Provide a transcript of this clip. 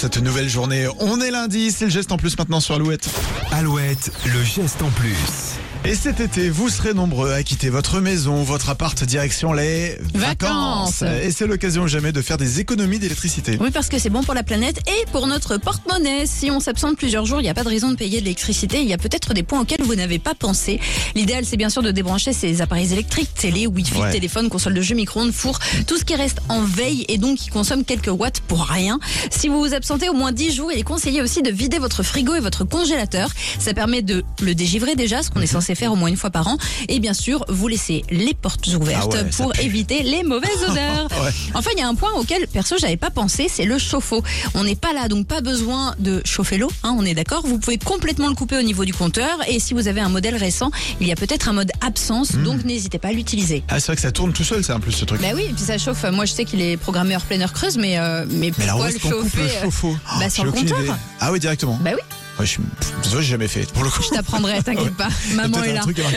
cette nouvelle journée. On est lundi, c'est le geste en plus maintenant sur Alouette. Alouette, le geste en plus. Et cet été, vous serez nombreux à quitter votre maison, votre appart, direction les Vacances. Et c'est l'occasion jamais de faire des économies d'électricité. Oui, parce que c'est bon pour la planète et pour notre porte-monnaie. Si on s'absente plusieurs jours, il n'y a pas de raison de payer de l'électricité. Il y a peut-être des points auxquels vous n'avez pas pensé. L'idéal, c'est bien sûr de débrancher ces appareils électriques, télé, wifi, Ouais. téléphone, console de jeu, micro-ondes, four, tout ce qui reste en veille et donc qui consomme quelques watts pour rien. Si vous vous absentez au moins 10 jours, il est conseillé aussi de vider votre frigo et votre congélateur. Ça permet de le dégivrer déjà, ce Mhm. qu'on est censé faire au moins une fois par an. Et bien sûr, vous laissez les portes ouvertes Ah ouais, ça pour pue. éviter les mauvaises odeurs. Ouais. Enfin, il y a un point auquel, perso, j'avais pas pensé, c'est le chauffe-eau. On n'est pas là, donc pas besoin de chauffer l'eau, hein, on est d'accord. Vous pouvez complètement le couper au niveau du compteur. Et si vous avez un modèle récent, il y a peut-être un mode absence, Hmm. donc n'hésitez pas à l'utiliser. Ah, c'est vrai que ça tourne tout seul, c'est un plus ce truc. Bah oui, et puis ça chauffe. Moi, je sais qu'il est programmé hors planeur creuse, mais, euh, mais Mais alors, où pourquoi est-ce le qu'on coupe chauffer le euh, chauffe-eau bah, J'ai sur le aucune compteur. idée. Ah oui, directement. Bah oui, Ouais, je suis pff, désolé, j'ai jamais fait. Pour le coup, je t'apprendrai, t'inquiète pas. c'est Maman peut-être est un là. truc à marquer.